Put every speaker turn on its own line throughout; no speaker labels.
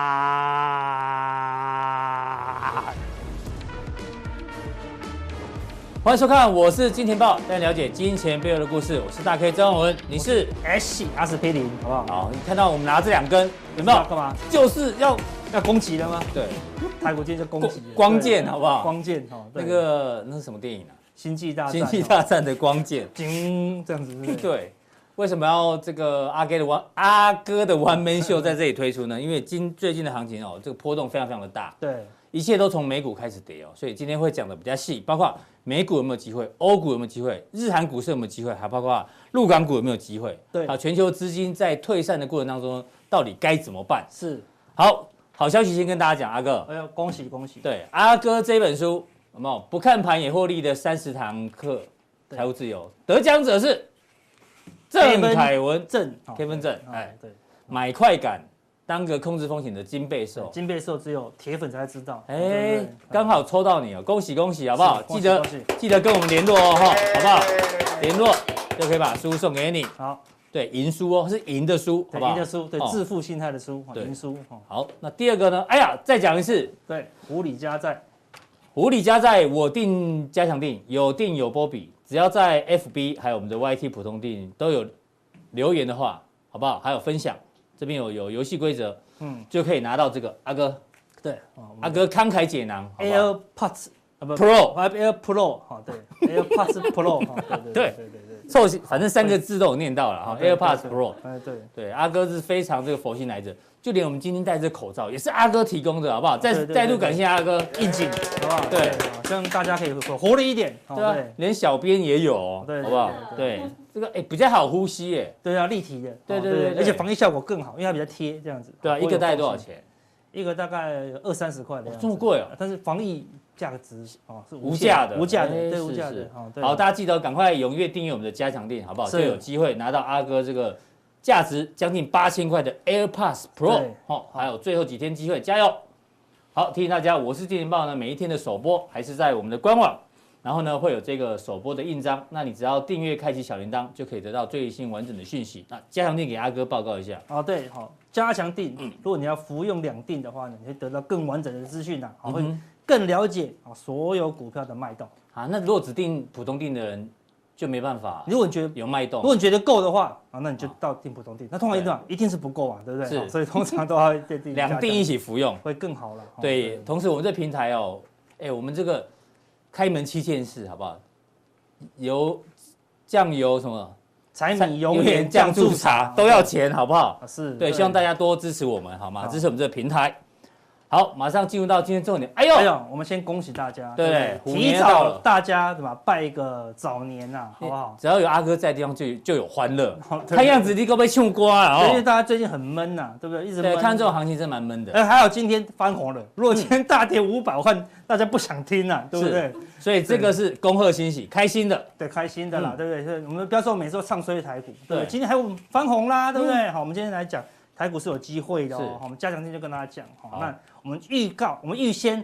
欢迎收看，我是金钱豹，带你了解金钱背后的故事。我是大 K 张文，你是
H 阿司匹林，好不好？
好，你看到我们拿这两根有没
要
有？
啊干嘛？
就是要
要攻击了吗？
对
泰国舰就攻击了，
光光剑
对
好不好
光剑哦，对
那个那是什么电影啊？
星际大
《
战，哦
星际大战》的光剑。
金这样子，对 不对，
对，为什么要这个阿哥的完阿哥的完 man 秀在这里推出呢？因为今最近的行情哦，这个波动非常非常的大，
对，
一切都从美股开始跌哦，所以今天会讲的比较细，包括美股有没有机会，欧股有没有机会，日韩股市有没有机会，还包括陆港股有没有机会。
对
好，全球资金在退散的过程当中，到底该怎么办？
是，
好，好消息先跟大家讲，阿哥，
哎呦，恭喜恭喜，
对阿哥这本书有没有不看盘也获利的三十堂课财务自由，得奖者是郑
Kevin
凯文。
正哦
Kevin 正
哦
哎
对，
买快感，当个控制风险的金背兽。
金贝兽只有铁粉才知道，对
哎
不对，
刚好抽到你哦，恭喜恭喜，好不好
是？
记
恭喜
得
恭喜
记得跟我们联络哦，哈，好不好？联络就可以把书送给你。
好，
对，赢书哦，是赢的书，好
对
不好？
赢的书，对
哦，
致富心态的书，哦
对
赢书，哦，
好，那第二个呢？哎呀，再讲一次，
对，狐狸加在，
狐狸加在我定加强定，有定有波比，只要在 FB 还有我们的 YT 普通定都有留言的话，好不好？还有分享，这边有有游戏规则，
嗯，
就可以拿到这个。阿哥，
对，哦
阿哥慷慨解囊，好
哎
不好？
，AirPods 啊不
Pro
，Air Pro 哈， 对，AirPods Pro 哈，
对
对对对对对，
凑齐，反正三个字都有念到了哈。
对
AirPods Pro，
哎对。
对，阿哥是非常这个佛心来着，就连我们今天戴这口罩也是阿哥提供的，好不好？再
对对
再度
对对哦
感谢阿哥，
应景，好不好？
对
好这样大家可以活活力一点，哦
对啊，连小编也有哦，
对对
好不好？对，这个哎比较好呼吸耶，
对啊，立体的，
对
哦
对对对
而且防疫效果更好，因为它比较贴这样子。
对啊，
哦
一个戴多少？
我有
钱？
一个大概二三十块的样子，
这么贵哦
但是防疫价值哦是
无
无
价
价
的，
无价
哎
的，对
是
无价
是
的，哦对。
好，大家记得赶快踊跃订阅我们的加强店，好不好？
是
就有机会拿到阿哥这个价值将近八千块的 AirPods Pro
对
哦，还有最后几天机会，加油！好，提醒大家，我是金钱豹呢，每一天的首播还是在我们的官网，然后呢会有这个首播的印章，那你只要订阅开启小铃铛，就可以得到最新完整的讯息。那加强店给阿哥报告一下，
哦，对，好，加强定，如果你要服用两定的话呢，你会得到更完整的资讯呐，好，会
嗯
更了解啊所有股票的脉动。
啊，那如果只订普通订的人就没办法啊
如果你觉得
有脉动
如，果你觉得够的话啊，那你就到定普通定。那通常一定啊一定是不够啊，对不对？
是
哦所以通常都要对定
两定一起服用。
会更好了。哦
对，同时我们这平台哦，哎，我们这个开门七件事好不好？油、酱油什么，
柴
菜
米油盐酱醋茶
都要钱，好不好？
啊是。
对，希望大
家。
家多支持我们，好吗？
好
支持我们这个平台。好，马上进入到今天重点。哎呦，
哎呦，我们先恭喜大家，
对
不
虎
提
年到
早
了嗯
大家对吧，拜一个早年呐，好不好？哦
只要有阿哥在的地方就有就有欢乐。
对
看样子你够被庆瓜了
因为
哦。
大家最近很闷呐，对不对？一直
对，
闷。
看嗯这种行情真蛮闷的，
哎，还有今天翻红了，如果今天大跌五百万，大家不想听了，对不对？
所以这个是恭贺欣喜，开心的。
对，开心的啦
嗯，
对不对？所以我们不要说每次都唱衰台股，对不
对嗯
对？今天还有翻红啦，对不对？好，我们今天来讲台股是有机会的
是
哦。好我们加强天就跟大家讲，
好
好，那我们预告，我们预先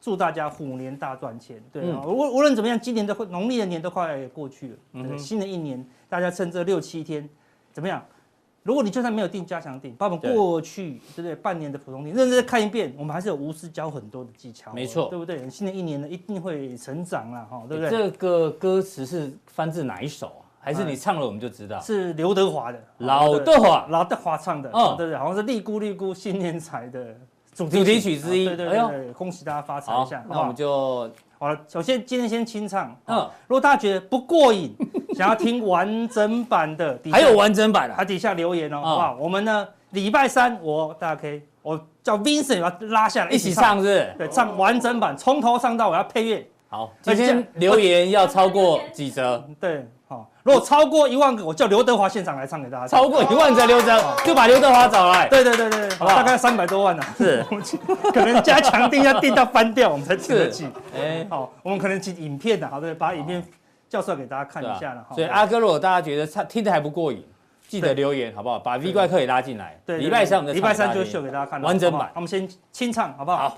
祝大家虎年大赚钱，对
嗯
啊。无论无论怎么样，今年的会农历的年都快过去了，对
嗯
不对，
哼
新的一年大家趁这六七天怎么样？如果你就算没有定加强定，把我们
对
过去对不对半年的普通定认真地看一遍，我们还是有无私教很多的技巧哦，
没错
对不对？新的一年呢，一定会成长啦，哈，对不对？
这个歌词是翻自哪一首啊？还是你唱了我们就知道？
是刘德华的
老
哦对
德华
老德华唱的，
哦
哦，对不对？好像是利姑利姑新年财的主啊
主题曲之一
对对
哎
对
呦
对，恭喜大家发财
好
一下，，
那
好
我
不
们
好？
就
好了，首先今天先清唱，
嗯
嗯，如果大家觉得不 过瘾，想要听完整版的，底下
还有完整版
还
啊，
底下留言哦，
嗯
好不好？我们呢礼拜三我大家可以，我叫 Vincent 把他拉下来
一起，唱是不是？
对，唱完整版，从头唱到尾要配乐，
好，今
今天
天留言要超过几 折？
对，好，如果超过一万个，我叫刘德华现场来唱给大家听，
超过一万折留折，就把刘德华找来。
对对对对，
好不好
大概三百多万呢、啊，
是
可能加强定要定到翻掉，我们才请得
是
起。，
哎，
啊好，我们可能请影片的、好对，把影片教授给大家看
对吧啊
一下了哈。
所以阿哥，如果大家觉得唱听得还不过瘾，记得留言好不好？把 V 怪客也拉进来。
对，对
礼拜三我们再
对礼拜
唱
三
给大
就
家听
秀给大家看了
完整
好不好
版
我们先清唱好不好？
好，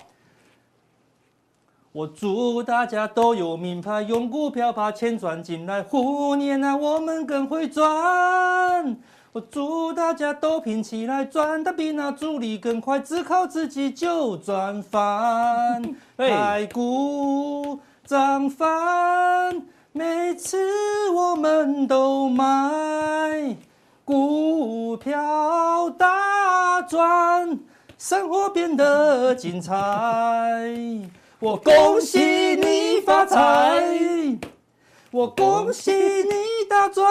我祝大家都有名牌，用股票把钱赚进来，虎年啊我们更会赚。我祝大家都拼起来，赚的比那助理更快，只靠自己就赚翻。
嘿
台股涨翻，每次我们都买。股票大赚，生活变得精彩。我恭喜你发财，我恭喜你大赚。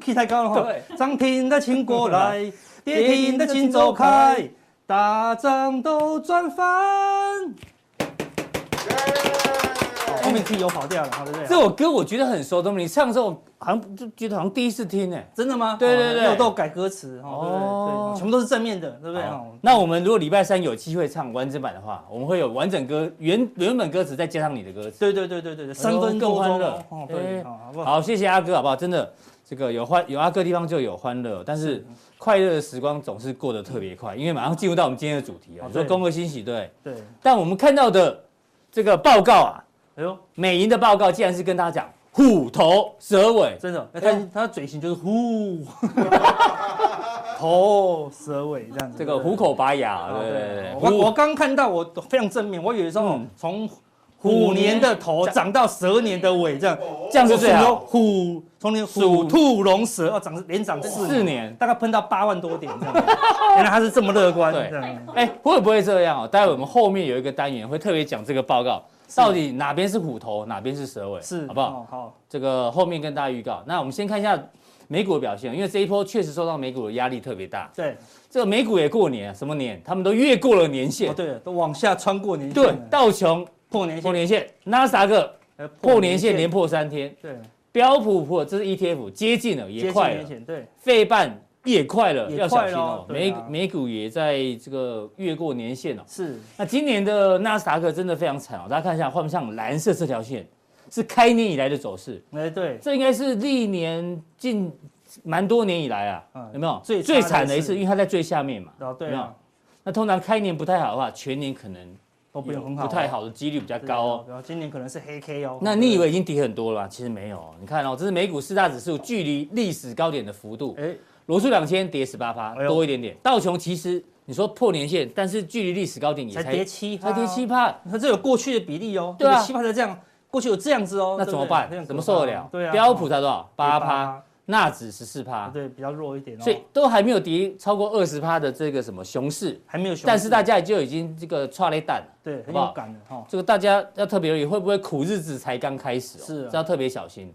K 太高了哈，
对
涨停的请过来，跌停的请走开，大涨都赚翻。好后面 T 有跑掉了，好对不对？
这首歌我觉得很熟，东明，你唱的时候好像就觉得好像第一次听呢。
真的吗？
对对
哦
对
因为我都有改歌词哦，对不
哦
对？对，全部都是正面的，对不对？
好
哦
那我们如果礼拜三有机会唱完整版的话，我们会有完整歌原原本歌词，再加上你的歌词。
对对对对对对，三分
更
多
欢
钟
乐
哦，
哎
对，好好不好？
好，谢谢阿哥，好不好？真的，这个有欢有阿哥地方就有欢乐，但是快乐的时光总是过得特别快，因为马上进入到我们今天的主题啊，
哦
你说
对
恭贺新喜对，
对，
但我们看到的这个报告啊，
哎呦，
美银的报告竟然是跟他讲虎头蛇尾，
真的，
哎
他他的嘴型就是呼， 头蛇尾这样子，
这个
对
虎。口拔牙，
啊对
对对对，
我我
虎
刚看到，我非常正面，我以为说哦
嗯
从虎年的头长到蛇年的尾这样，
这样是最
我数
好
了，虎从年
鼠
虎兔龙蛇哦，长连长
四
四年，
年。
大概喷到八万多点这样， 原来他是这么乐观，
对
这样。
哎，会不会这样哦？待会我们后面有一个单元会特别讲这个报告，到底哪边是虎头，哪边是蛇尾，
是，
好不好？
哦？好，
这个后面跟大家预告。那我们先看一下美股的表现，因为这一波确实受到美股的压力特别大。
对，
这个美股也过年，什么年？他们都越过了年
哦
线。
对了，都往下穿过年线
对
了，，
道琼
破年
破
线，
年线，纳斯达克
呃
破年线连，破三天，
对，
标普破这是 ETF 接近了，
接
也
近
快
年
了，
线，对，
费半也快了，
也
要小
快
心
了
哦。
对
美
啊
美股也在这个越过年线哦。
是，
那今年的纳斯达克真的非常惨哦，大家看一下画面上蓝色这条线是开年以来的走势，
哎对，
这应该是历年近蛮多年以来啊，
嗯
有没有
最
最
差
惨
的
的一
一
次？
次
因为它在最下面嘛。
哦对
有没
啊
有，那通常开年不太好的话，全年可能
都不用很好，哦
不太，好的几率比较高
高
哦。
哦，今年可能是黑 K 哦，
那你以为已经跌很多了吗？其实没有哦，你看哦，这是美股四大指数距离历史高点的幅度，
对，哎，
罗素两千跌十八趴
哎呦
多一点点，道琼其实你说破年线，但是距离历史高点也
才跌七，
才跌七，趴，
它这有过去的比例哦，
对啊
这个七趴才这样，过去有这样子哦，
那
对
怎
不
么
对
办
这样？
怎么
可怕
受得了？
对啊，
标普
哦啊
才多少？八趴，，纳指十四趴，
对，比较弱一点哦，
所以都还没有跌超过二十趴的这个什么熊市，
还没有熊市，
但是大家就已经这个踹了一蛋了。
对
好
很
不好
有感的哈，
这个大家要特别留意，会不会苦日子才刚开始、哦？
是啊
这要特别小心。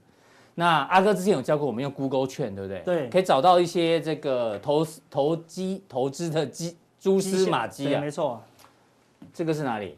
那阿哥之前有教过我们用 Google 券，对不对？
对
可以找到一些这个投投机投资的机蛛丝马迹
对
啊。
没错，
这个是哪里？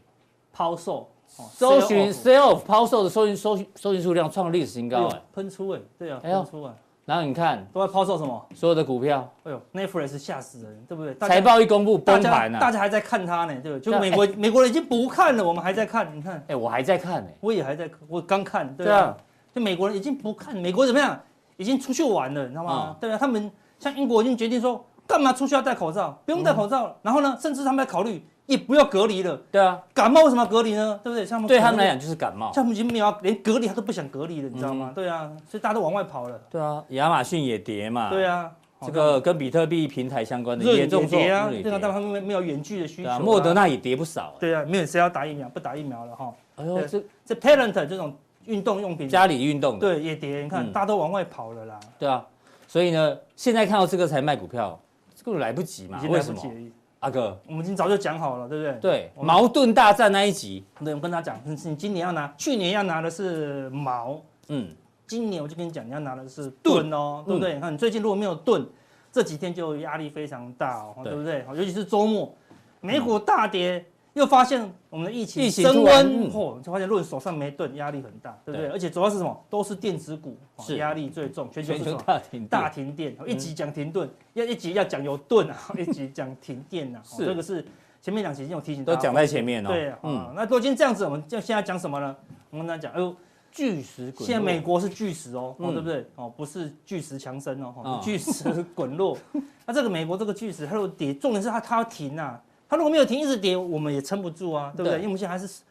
抛售，哦
搜寻
sell off
sale of 抛售的搜寻搜寻搜寻数量创历史新
哎
高
呦
哎。
喷出哎，对啊，
哎呦
喷出啊，
然后你看
都在抛售什么？
所有的股票
哎呦，Netflix 吓死人，对不对？大家
财报一公布
大
崩
家
盘了、
大
啊。
家还在看它呢，对不
对
对？就
啊
美国、美国人已经不看了，我们还在看，你看
哎、我还在看呢、
我也还在，我刚看，对
对
啊，
啊
就美国人已经不看，美国怎么样？已经出去玩了，你知道
嗯
吗？对啊，他们像英国已经决定说，干嘛出去要戴口罩？不用戴口
嗯
罩了。然后呢，甚至他们还考虑也不要隔离了，
对啊，
感冒为什么要隔离呢？对不对？像
对他们来
讲，
讲就是感冒。
像他们已经没有要连隔离他都不想隔离了，你知道
嗯
吗？对啊，所以大家都往外跑了。
对啊，亚马逊也跌嘛。
对
啊，
啊，
这个跟比特币平台相关的
热
也
也
重挫，
跌啊，
日也
对啊，但
跌
他们没有远距的需
对
求
啊，
啊。
莫德纳也跌不少哎。
对啊，没有谁要打疫苗，不打疫苗了哈。
哎呦，这
这 parent 这种运动用品，
家里运动的，
对也跌，你看、
嗯
大家都往外跑了啦，
对啊，所以呢，现在看到这个才卖股票，这个来不及
已
嘛？
经
为
来
什
不
么
及？了。
阿哥，
我们已经早就讲好了，对不对？
对，
我们
矛盾大战那一集，
对，我跟他讲，你你今年要拿，去年要拿的是毛，
嗯，
今年我就跟你讲，你要拿的是盾哦，对不对？你看你最近如果没有盾，这几天就压力非常大哦，
对嗯
对不对？尤其是周末，美股大跌，又发现我们的疫
疫
情
情
升
突然
温，
嗯
嚯、就发现论手上没盾，压力很大，对不对？
对
而且主要是什么？都是电子股，哦
是
压力最重，全球
全
是
球
什么？
大停电
大停电，
嗯
一集讲停顿，要一集要讲有盾啊， 一集讲停电啊，
是
这个是前面两集已经有提醒大
都
家
讲在前面哦。
对，嗯
嗯，，
那都已经这样子，我们就现在讲什么呢？我们来讲，哎呦，
巨石滚落。
现在美国是巨石哦，哦
嗯
对不对？哦，不是巨石强森哦，哦
啊
巨石滚落。 那这个美国这个巨石，它如果跌，重点是它它要停啊，它如果没有停，一直跌，我们也撑不住啊，对不
对
对？因为我们现在还是，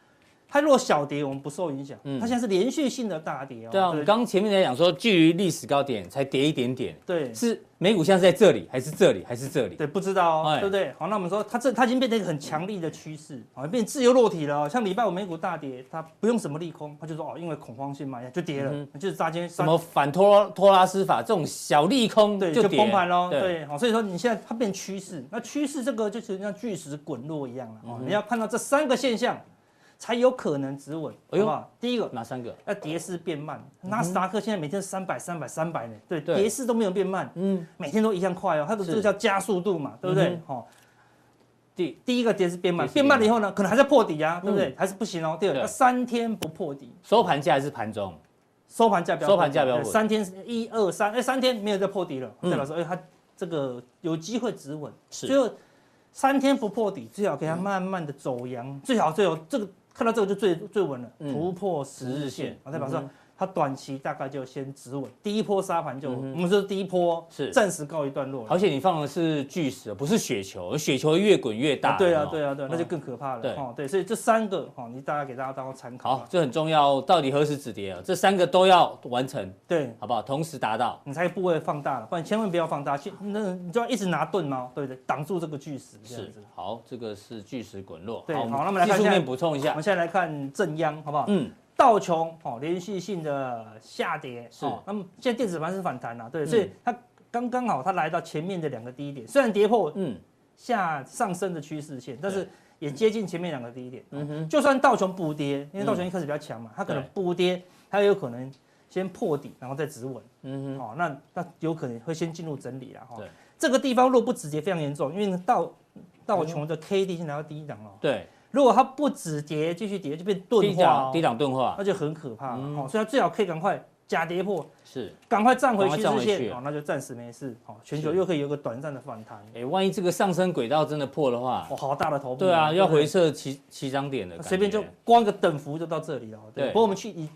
它如果小跌，我们不受影响，
嗯
它现在是连续性的大跌哦。
对啊，我们刚前面在讲说，距离历史高点才跌一点点，
对
是美股像是在这里，还是这里，还是这里？
对，不知道哦
哎，
对不对？好，那我们说它这它已经变成一个很强力的趋势，好，变自由落体了哦。像礼拜五美股大跌，它不用什么利空，它就说哦，因为恐慌性买压就跌了，就是扎今天
嗯什么反托托拉斯法这种小利空
对，
就
就
跌
崩盘喽。，对，好，所以说你现在它变趋势，那趋势这个就是像巨石滚落一样了。
嗯
哦，你要看到这三个现象，才有可能止稳，
哎
好
呦
不好？第一个，
哪三个？
要跌势变慢。纳斯达克现在每天三百、三百、三百呢，对，
嗯对
跌势都没有变慢，
嗯，
每天都一样快哦。它的
是
这个叫加速度嘛，对不对
嗯？
好，
第
第一个跌势变慢，
跌势
变
变慢
慢了以后呢，可能还在破底啊，对不对
嗯？
还是不行哦。第二个，
对
要三天不破底，
收盘价还是盘中？
收盘价标
收盘价标
对
普
三天一二三，哎，三天没有再破底了，
嗯
代表说，哎，它这个有机会止稳，
是
最后三天不破底，最好给它慢慢的走阳，最好最好这个看到这个就最最稳了，
嗯
突破十
十日线
日线，啊，代表说
嗯哼
它短期大概就先止稳，第一波沙盘就，
嗯哼
我们说第一波
是
暂时告一段落了，
而且你放的是巨石，哦不是雪球，雪球越滚越大。
啊对
有
啊
没有
对啊对啊，那就更可怕
对
了，哦，对，所以这三个哦，你大家给大家当做参考，啊
好，，这很重要。哦到底何时止跌啊？这三个都要完成，
对。
好不好？同时达到。
你才部位放大了，不然千万不要放大，去那你就要一直拿盾猫，对不对？挡住这个巨石，这样
是
子。
好，这个是巨石滚落。
对
我
好那么来
技
看
术
一下
面补充一
我
下
们。现在来看正央，好不好？
嗯，
道琼哦，连续性的下跌，
是嗯
哦那么现在电子盘是反弹了、啊对，所以它刚刚好，它来到前面的两个低点，虽然跌破
嗯，
下上升的趋势线，但是也接近前面两个低点。
嗯哼，
就算道琼补跌，因为道琼
嗯
一开始比较强嘛，它可能
对
补跌，它也有可能先破底，然后再止稳。
嗯哼，
哦，那那有可能会先进入整理了哈。
对
这个地方若不止跌非常严重，因为道道琼的 K D 先来到第一档哦。
对，
如果它不止跌，继续跌就变钝
低
化、
档
哦
低，档钝化
那就很可怕了、
嗯
哦。所以它最好可以赶快假跌破，
是。
赶快站回
赶快
趋
站
势
回去
线哦，那就暂时没事哦。全球
是
又可以有个短暂的反弹，
哎，万一这个上升轨道真的破的话
哦，，好大的头部。
对啊，要
不对啊
回撤起起涨点的，
随便就光一个等幅就到这里了。对，
对
不过我们去以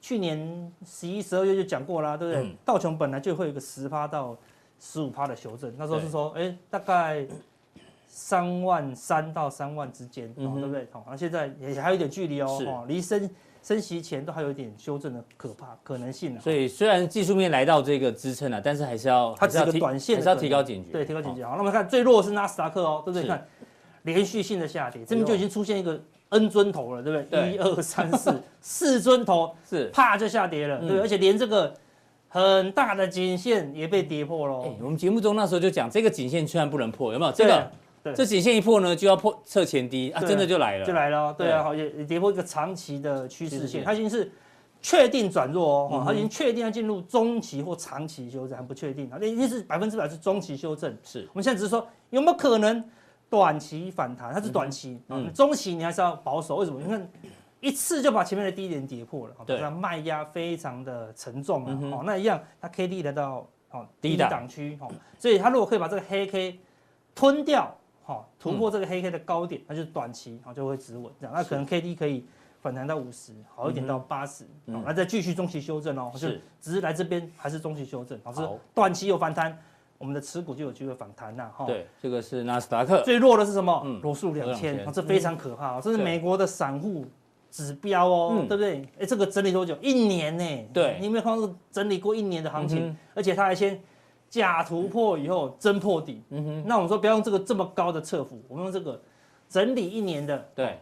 去年十一、十二月就讲过啦，对不对？
嗯
道琼本来就会有一个十趴到十五趴的修正，那时候是说，哎，大概三万三到三万之间，
嗯
哦
哼
对不对？哦，那现在也还有一点距离哦
是，
哦，离升升息前都还有一点修正的可怕可能性呢。啊
所以虽然技术面来到这个支撑了，但是还是要
它
还是要
只是
提
个短线
还
的
是要提高警觉，
对，提高警
哦。
觉。好，那我们看最弱的是纳斯达克哦，对不对？
是哎
看连续性的下跌，这边就已经出现一个 N 尊头了，对不对？
对
一二三四四尊头，
是，
啪就下跌了，
嗯
对，而且连这个很大的颈线也被跌破喽。
哎我们节目中那时候就讲，这个颈线虽然不能破，有没有？这
哦对
个
对
这颈线一破呢，就要破测前低啊，
对
真的就来了，
就来了哦，对
对
啊，好也也跌破一个长期的趋
趋势
势
线
线，它已经是确定转弱哦
嗯
哦
哼，
它已经确定要进入中期或长期修正，还不确定啊，那一定是百分之百是中期修正。
是
我们现在只是说有没有可能短期反弹，它是短期，
嗯哼
嗯，中期你还是要保守。为什么？你看一次就把前面的低点跌破了，哦
对
它卖压非常的沉重
嗯
啊
哼。
哦，那一样，它 K D 来到哦
低
低
档
档区哦，所以它如果可以把这个黑 K 吞掉，哦，突破这个黑 K 的高
嗯
点，那就是短期哦就会止稳这样。那可能 K D 可以。反弹到五十，好一点到八十、
嗯
哦，那再继续中期修正哦，就是只是来这边还是中期修正，老师
好
短期有反弹，我们的持股就有机会反弹呐、哈。，
对，这个是纳斯达克，
哦最弱的是什么
嗯？
罗素两
罗素嗯
千
2000，
这非常可怕哦，这是
对
美国的散户指标哦
嗯，
对不对？哎，这个整理多久？一年呢？
对
你有没有看到这个整理过一年的行
嗯
情
哼？
而且它还先假突破以后真破底。
嗯哼，
那我们说不要用这个这么高的测幅，我们用这个整理一年的
对，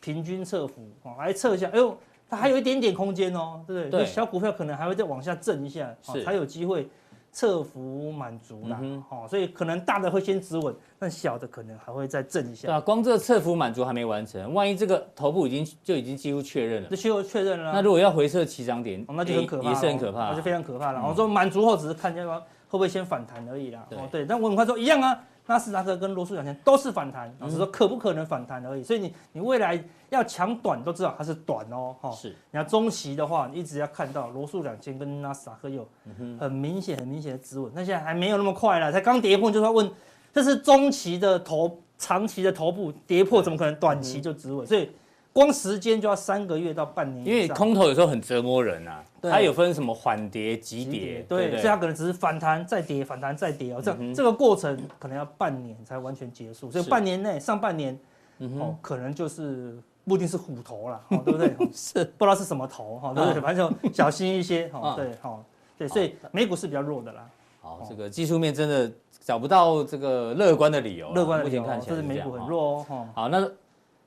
平均测幅哦，来测一下，哎呦，它还有一点点空间哦，对不
对
对？小股票可能还会再往下震一下，哦
是
才有机会测幅满足啦
嗯。
哦，所以可能大的会先止稳，但小的可能还会再震一
对
下。
啊，光这个侧幅满足还没完成，万一这个头部已经就已经几乎确认了
这，需要确认了
那
啊，
如果要回撤起涨点，
哦那就很可
也
怕了，
也是很可怕
那就
啊，
非常可怕了。哦我说满足后只是看一下会不会先反弹而已啦。
对
哦，对，但我们看说一样啊。纳斯达克跟罗素两千都是反弹，哦只是说可不可能反弹而已。所以你你未来要抢短都知道它是短哦，哈、
是
你要中期的话，你一直要看到罗素两千跟纳斯达克有
嗯
很明显、很明显的止稳，那现在还没有那么快啦，才刚跌破，就是要问，
嗯
这是中期的头、长期的头部跌破，怎么可能短期就止稳？所以光时间就要三个月到半年以
因
上，
为空头有时候很折磨人啊，
对
它有分什么缓跌、急
急跌
跌，
对，
不
所以它可能只是反弹再跌，反弹再跌哦，这、这个过程可能要半年才完全结束，所以
嗯是嗯
半年内上半年、哦，可能就是不一定是虎头啦，哦， 对不对？是不知道是什么头哈、哦，对不对？反正就小心一些哈、哦
嗯
对哈、哦，对，所以美股是比较弱的啦，哦
好，这个技术面真的找不到这个乐观的理由啊，
乐观的
目
理由
前
哦
看，起
这
来
是
这
美
样
股很
哈。
弱哦，哈，
好，那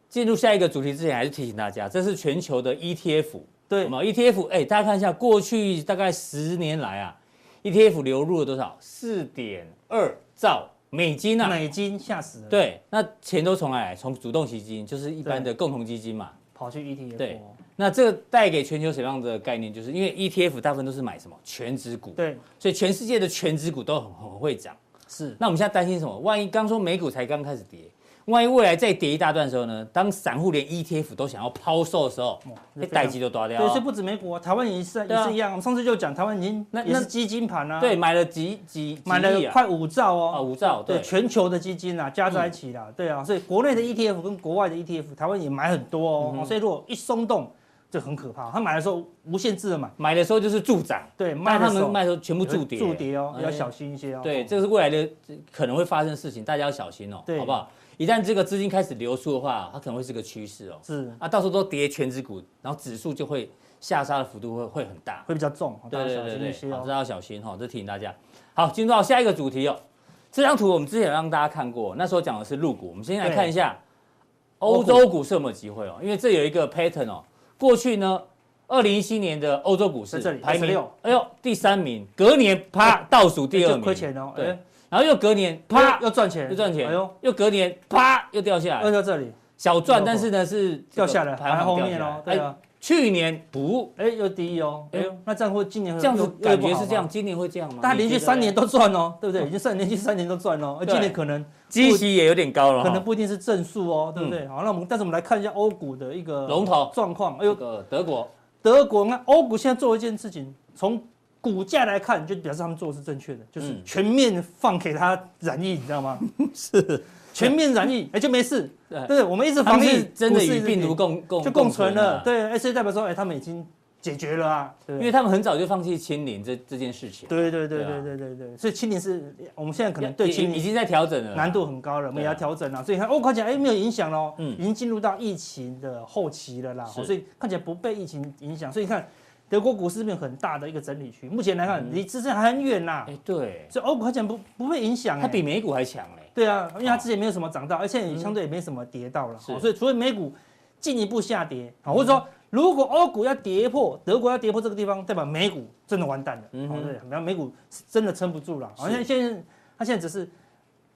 进入下一个主题之前，还是提醒大家，这是全球的 E ETF。
对
什，么 ETF？哎，大家看一下，过去大概十年来啊，ETF 流入了多少？四点二兆美金啊！
美金吓死人，，
对，那钱都从哪里来？从主动基金，就是一般的共同基金嘛。
跑去 ETF，
对
哦
那这个带给全球什么样的概念？就是因为 ETF 大部分都是买什么全指股，
对，
所以全世界的全指股都很很会涨。
是
那我们现在担心什么？万一刚说美股才刚开始跌，万一未来再跌一大段的时候呢？当散户连 ETF 都想要抛售的时候，
那
那
非常
代机都抓掉
对，所以
哦。
不止美股啊，台湾也是
对啊
也是一样。我们上次就讲台湾已经
那
也
那
是基金盘啊，
对，，买了几几几
买
亿
了
啊
快五兆哦，
啊五兆，
对
对，嗯
全球的基金啊，加在一起啦，对啊，所以国内的 ETF 跟国外的 ETF，台湾也买很多哦，
嗯
所以如果一松动就很可怕。他买的时候无限制的买，
买的时候就是助涨，
对，
卖
卖的
他
时候
们卖的时候全部
有
助跌，
助跌哦，
哎
要小心一些哦。
对，这是未来的可能会发生的事情，大家要小心哦，
对
好不好？一旦这个资金开始流出的话，它可能会是个趋势哦。
是
啊，到时候都跌全指股，然后指数就会下杀的幅度会会很大。
会比较重，哦大
对
家
对
小
对
心一些
对，好，这
哦。
要小心哈、哦，这提醒大家。好，进入到下一个主题哦。这张图我们之前有让大家看过，那时候讲的是入股，我们先来
对
看一下
欧
欧
股
洲股市有没有机会哦，因为这有一个 pattern 哦。过去呢，二零一七年的欧洲股市
在这里
排名
16，
哎呦，第三名，隔年啪倒数第二
就
名，
亏钱哦，
对
哎，，
然后又隔年
啪
啪
又赚钱，
又赚钱
哎呦，，
又隔年啪又掉下
又
来，
到这里
小赚，但是呢是这
掉
个
下来，
排
排
行
后
榜掉
面
下
哦
来，
对
哎
啊，
去年不
哎又第一哦，哎呦，那这样会今年会
这样子嗯
又又
感
不
觉
好
是这样，
吗，
今年会这样吗？
大家连续三年
都
都赚哦，对不对？已经算连续三年都赚哦，而今年可能
基期也有点高了哈，
可能不一定是正数哦，对不对？好，那我们但是我们来看一下欧股的一个
嗯龙头
状况。哎
这
呦，
个德国
德国那欧股现在做一件事情，从股价来看，就表示他们做的是正确的，就是
嗯
全面放给它染疫，你知 道吗？是全面染疫，哎，就没事。
对
对，我们一直
呃他
防
们
疫
是，真的
股市一
与
直
病毒
跌
共共
就共存了。
啊，
对，哎，所以代表说，哎，他们已经解决了啊，对不
因为
对？
他们很早就放弃清零这这件事情，
对对对
对啊
对对对对，所以清零是我们现在可能
也
对
也
清零
已经在调整了啦，
难度很高了，我们也
对啊
要调整了。所以看哦，看起来哎没有影响喽，
嗯
已经进入到疫情的后期了啦，
是
哦所以看起来不被疫情影响。所以你看德国股市面很大的一个整理区，目前来
嗯
看离支撑还很远呐，
哎，对，
所以哦欧股看起来不不被影响。
它
哎
比美股还强嘞，
对啊，因为它之前没有什么涨到，而且也相对也没什么跌到了，
哦嗯是嗯
哦所以除非美股进一步下跌，好，或者说如果欧股要跌破德国要跌破这个地方，代表美股真的完蛋了，
嗯
嗯，
哼
对，然后美股是真的撑不住了，好像现在它现在只是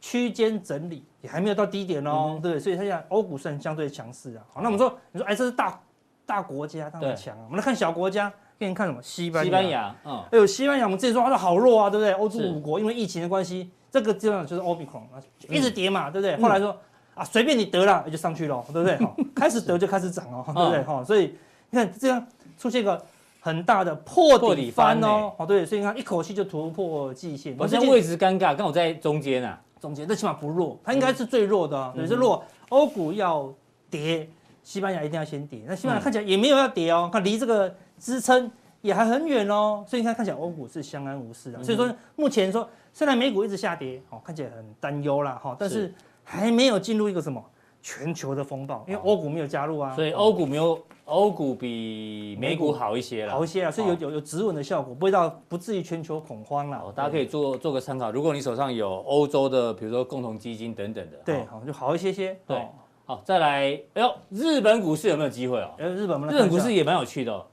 区间整理，也还没有到低点
嗯
哦，对，所以它现在欧股算相对强势啊。好，那我们说，你说哎，这是大大国家当然
对
强啊，我们来看小国家，给你看什么西班牙，
西班牙，嗯，
哎呦，西班牙我们之前说它的好弱啊，对不对？欧洲
是
五国因为疫情的关系，这个基本上就是 omicron，一直跌嘛，对
嗯
不对？后来说啊，随便你得了也就上去了，对不 对？好，开始得就开始涨哦，对不
嗯
对？哈，所以你看这样出现一个很大的破
破
底
底
翻
翻
哦，哦对，所以你看一口气就突破季线，
我
最
现在
近
位置尴尬，刚好在中间啊，
总结，这起码不弱，它
嗯
应该是最弱的、啊。对，是弱。欧股要跌，西班牙一定要先跌。那
嗯
西班牙看起来也没有要跌哦，看离这个支撑也还很远哦。所以你看，看起来欧股是相安无事的。所以
嗯
说，目前说虽然美股一直下跌，哦，看起来很担忧啦，哈、但是
是
还没有进入一个什么全球的风暴，因为欧股没有加入啊，
哦所以欧股没有欧股比美股好一些了，
好一些啊，所以有
哦
有有止稳的效果，不会到不至于全球恐慌啦
好，。大家可以做做个参考。如果你手上有欧洲的，比如说共同基金等等的，
对，
哦
好就好一些些。
对
哦
好，再来，哎呦，日本股市有没有机会哦？
呃，日本我们来
日本
看一
股
下
市也蛮有趣的哦。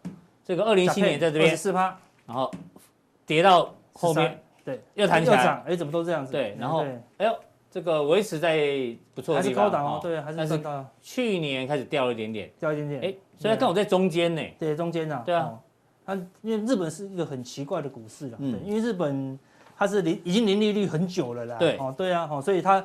这个二零一七年在这边，
四趴
然后跌到后面，
对
又弹起
又
来，
涨，哎，怎么都这样子？
对，
嗯
然后
对
哎呦，这个维持在不错
还
的
是
地
高
方，
档哦
哦，
对，还是
但是
算高档，
去年开始掉了一点点，
掉一点点。
哎，所以它
对
刚好在中间呢。
对中间啊，
对啊
哦，它因为日本是一个很奇怪的股市啦，
嗯
对，因为日本它是零已经零利率很久了啦，
对
哦，对啊，哦，所以它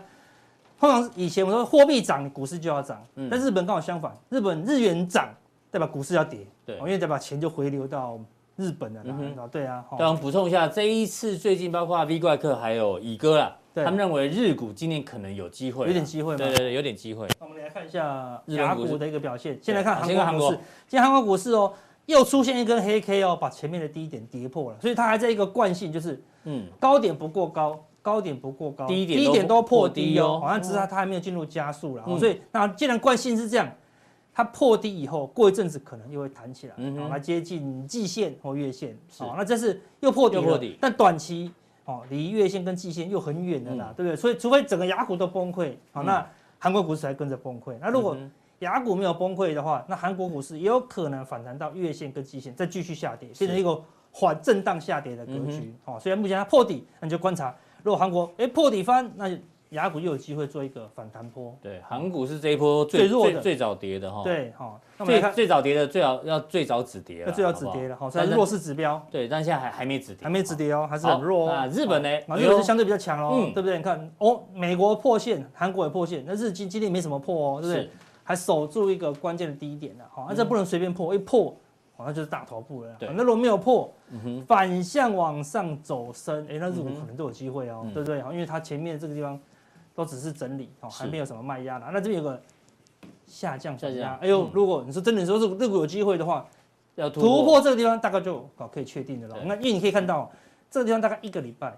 通常以前我们说货币涨，股市就要涨，
嗯
但日本刚好相反，日本日元涨，代表股市要跌，
对
哦因为代表钱就回流到日本了啦
嗯，
对啊，哦
当然补充一下，这一次最近包括 V 怪客还有乙哥啦，
对
他们认为日股今年可能有机会啦，
有点机会嘛
对对对，有点机会。
那我们来看一下
日
雅
本股市
股的一个表现。先来看
好
韩
先看韩
国股市
国，
今天韩国股市哦，又出现一根黑 K 哦，把前面的低点跌破了，所以它还在一个惯性，就是
嗯，
高点不过高，高点不过高，
低点都
低点都破
破
低
低
哦
哦，
好像只是它它还没有进入加速了、哦
嗯
所以那既然惯性是这样，它破低以后，过一阵子可能又会弹起来，
嗯哼
哦，来接近季线或月线，
是
哦，那这是又破底了，
又破底
但短期哦离月线跟季线又很远了啦，
嗯
对不对？所以除非整个雅股都崩溃，好、
嗯
那韩国股市才跟着崩溃。那如果
嗯
雅股没有崩溃的话，那韩国股市也有可能反弹到月线跟季线，再继续下跌，变成一个缓震荡下跌的格
嗯
局。哦，所以目前它破底，那你就观察，如果韩国哎破底翻，那就雅股又有机会做一个反弹波。
对，韩股是这一波最
最弱的
最最早跌的哈，，
对，好、哦，那我们来
最
看，
最早跌的最好要最早止跌
那
了，
最好止
好不好
跌了，好、哦，所
但
以
是
弱势指标
对，但现在还还没止跌，
还没止跌哦，还是
好，
很弱哦。
那日本呢？哎
啊，日本是相对比较强哦，
嗯
对不对？你看哦，美国破线，韩国也破线，那日经今天没什么破哦，对不对
是？
还守住一个关键的低点呢、好、那、这不能随便破，一破，好、那就是大头部了啦。
嗯对
那如果没有破，
嗯哼
反向往上走升，哎，那日股
嗯
可能都有机会哦，对不对？好因为它前面这个地方都只是整理，哦，还没有什么卖压的。那这边有个下降反
下
压
降，
哎呦，
嗯
如果你说真的说是日股有机会的话，
要突
突破这个地方大概就搞可以确定的了。
对
那因为你可以看到这个地方大概一个礼拜、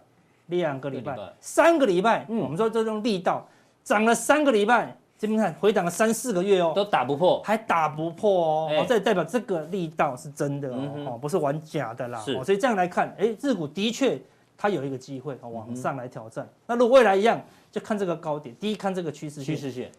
两个礼拜
一个礼拜、
三个礼拜，
嗯
我们说这种力道涨了三个礼拜，这边看回档了三四个月哦，
都打不破，
还打不破哦，
哎
哦这代表这个力道是真的哦
嗯，哼
哦不是玩假的啦。
是
哦所以这样来看，哎，日股的确它有一个机会哦
嗯
往上来挑战。那如果未来一样，就看这个高点，第一看这个趋势
趋
线，
势线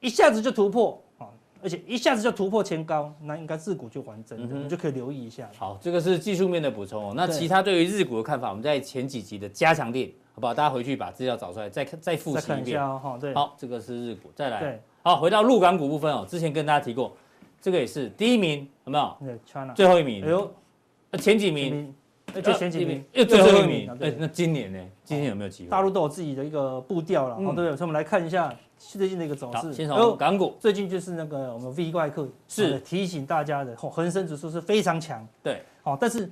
一下子就突破啊，而且一下子就突破前高，那应该日股就完整的，
嗯哼
你就可以留意一下。
好，这个是技术面的补充哦。那
对
其他对于日股的看法，我们在前几集的加强店，好不好？大家回去把资料找出来，再看再复
再
习
看
一
一
遍
下。哦，哈，对，
好，这个是日股，再来
对。
好，回到陆港股部分哦，之前跟大家提过，这个也是第一名，有没有？
那个 China，
最后一
哎
名，
呦，
呃前几
前
名，呃
名，而且前几名
又最后一
啊
名。
对
哎，那今年呢？今年有没有机会？
大陆都有自己的一个步调了，哦
嗯
对不对？所以我们来看一下最近的一个走
好，
势。
先
哎呦
从港股，
最近就是那个我们 V 怪客
是
呃提醒大家的，哦恒生指数是非常强，
对，
好，但是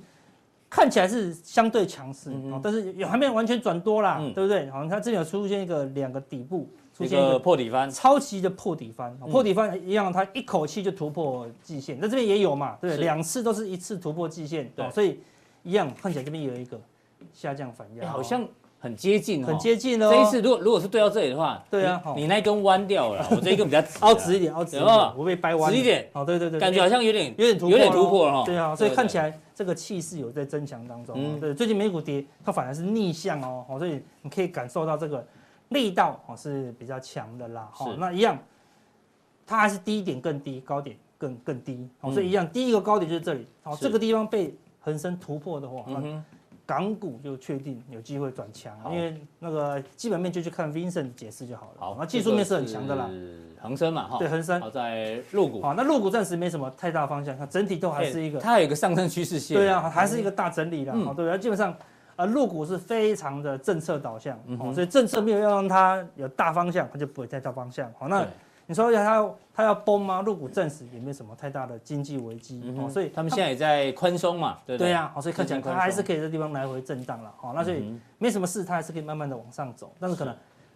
看起来是相对强势，
嗯哼
哦，但是也还没有完全转多啦，
嗯
对不对？好像它这里有出现一个两个底部，出
这
现一
个
个哎
破底翻，
超级的破底翻，哦
嗯
破底翻一样，它一口气就突破季线，那这边也有嘛，对不
是
对，两次都是一次突破季线，
对
哦所以一样看起来这边有一个下降反
哎
压，
好
哦
像很接近哦，
很接近哦，
这一次如果如果是对到这里的话，
对啊
你
哦，
你那一根弯掉了啦，我这一根比较直
凹直
直
一，点，凹直一
有没有
点，不被掰弯，
直一点，
哦，对对对，
感觉好像有点
有点突破
有
咯，
点突破了哦
对啊，所以
对对
看起来这个气势有在增强当中哦。
嗯
对，最近美股跌，它反而是逆向哦，哦所以你可以感受到这个力道哦是比较强的啦。哦
是，
那一样，它还是低点更低，高点更更低，哦，
嗯
所以一样，第一个高点就是这里，哦，
是
这个地方被恒生突破的话，
嗯
那
哼，
港股就确定有机会转强，
好
因为那个基本面就去看 Vincent 解释就好了。
好，
那技术面是很强的啦。，
恒生嘛哈，
对，恒生。
好在入股，
好，那入股暂时没什么太大方向，它整体都还是一个
哎它有一个上升趋势线，
对啊，还是一个大整理啦，
嗯
好对啊，基本上，呃，入股是非常的政策导向，
嗯
哦
哼
所以政策没有要让它有大方向，它就不会太大方向。好，那
对
你说它要它要崩吗？入股暂时也没什么太大的经济危机，
嗯
哦，
哼，
所以
他们现在也在宽松嘛，对不
对
对，
啊，好，所以看起来
政策
它
宽
还
松
是可以在地方来回震荡了，好，那所以
嗯
没什么事，它还是可以慢慢的往上走，但是可能。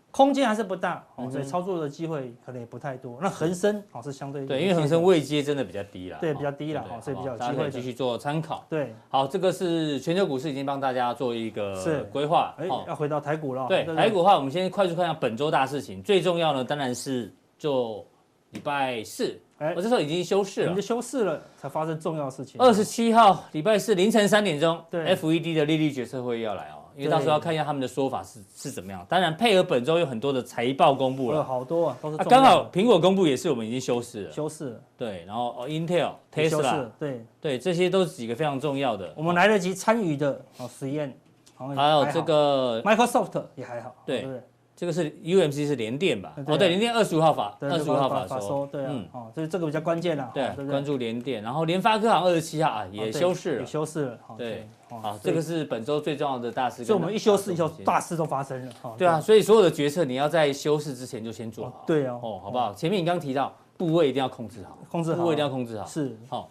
空间还是不大，哦，所以
嗯哼
操作的机会可能也不太多。那恒生哦是相对
对，因为恒生位阶真的比较低啦，
对
哈
比较低啦
对
哦所以比较有
大家
机会
可以
的
继续做参考。
对
好，这个是全球股市已经帮大家做一
是
个规划，
哎
好
要回到台股了，
对
不
台股的话，我们先快速看一下本周大事情。最重要呢，当然是就礼拜四，
哎
我、这时候已经休市
我
了
们就。休市了，才发生重要事情。
啊二十七号礼拜四凌晨三点钟
对
，FED 的利率决策会议要来哦，因为
对
到时候要看一下他们的说法是是怎么样。当然，配合本周有很多的财报公布
我有
了，
好多啊，都是
啊，
重
刚
要
好
的
苹果公布也是我们已经休市了，
修饰了，
对，然后哦，Intel、
也修饰
Tesla，
了对，
对，这些都是几个非常重要的。
我们来得及参与的哦，实验，好像也
还有
好
这个
Microsoft 也还好，
对
不对？
这个是 UMC 是联电吧
对？啊
哦，对，联电二十五号法，
对
二十五号
把
法
把
说，
收，对啊
嗯，
哦，所以这个比较关键了，
对
哦，对不
关
对？
注联电，然后联发科好像二十七号啊
哦
也
对
休市
也
了。
修饰了，哦
对，
哦
好，
所
这
以
个是本周最重要的大事。
所以我们一休市以后，
跟
大事都发生了，哦
对啊，，所以所有的决策你要在休市之前就先做好。
对哦
哦，好不好？前面你刚提到部位一定要控制好，
控制好
部位一定要控制好。
是。啊
好，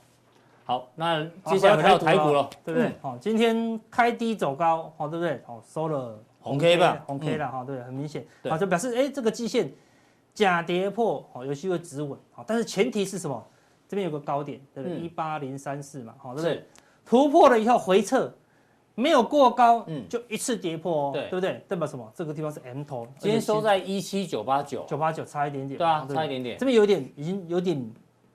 好，那接下来回到台股了，
对不对
嗯？？
哦，今天开低走高，哦，对不对？哦，收了
红 K 吧嗯
红 K 了哈，对，很明显，
对
好，就表示哎，这个季线假跌破哦，尤其会止稳哦，但是前提是什么？这边有个高点，对不对？一
嗯
八零三四嘛，好、对不对？
是
突破了以后回撤，没有过高，
嗯
就一次跌破哦，
对
不对？代表什么？这个地方是 M 头，
今天收在一七九八九，
九八九，差一点点
对
嘛，
啊，
不
差一点点
这，边有点已经有点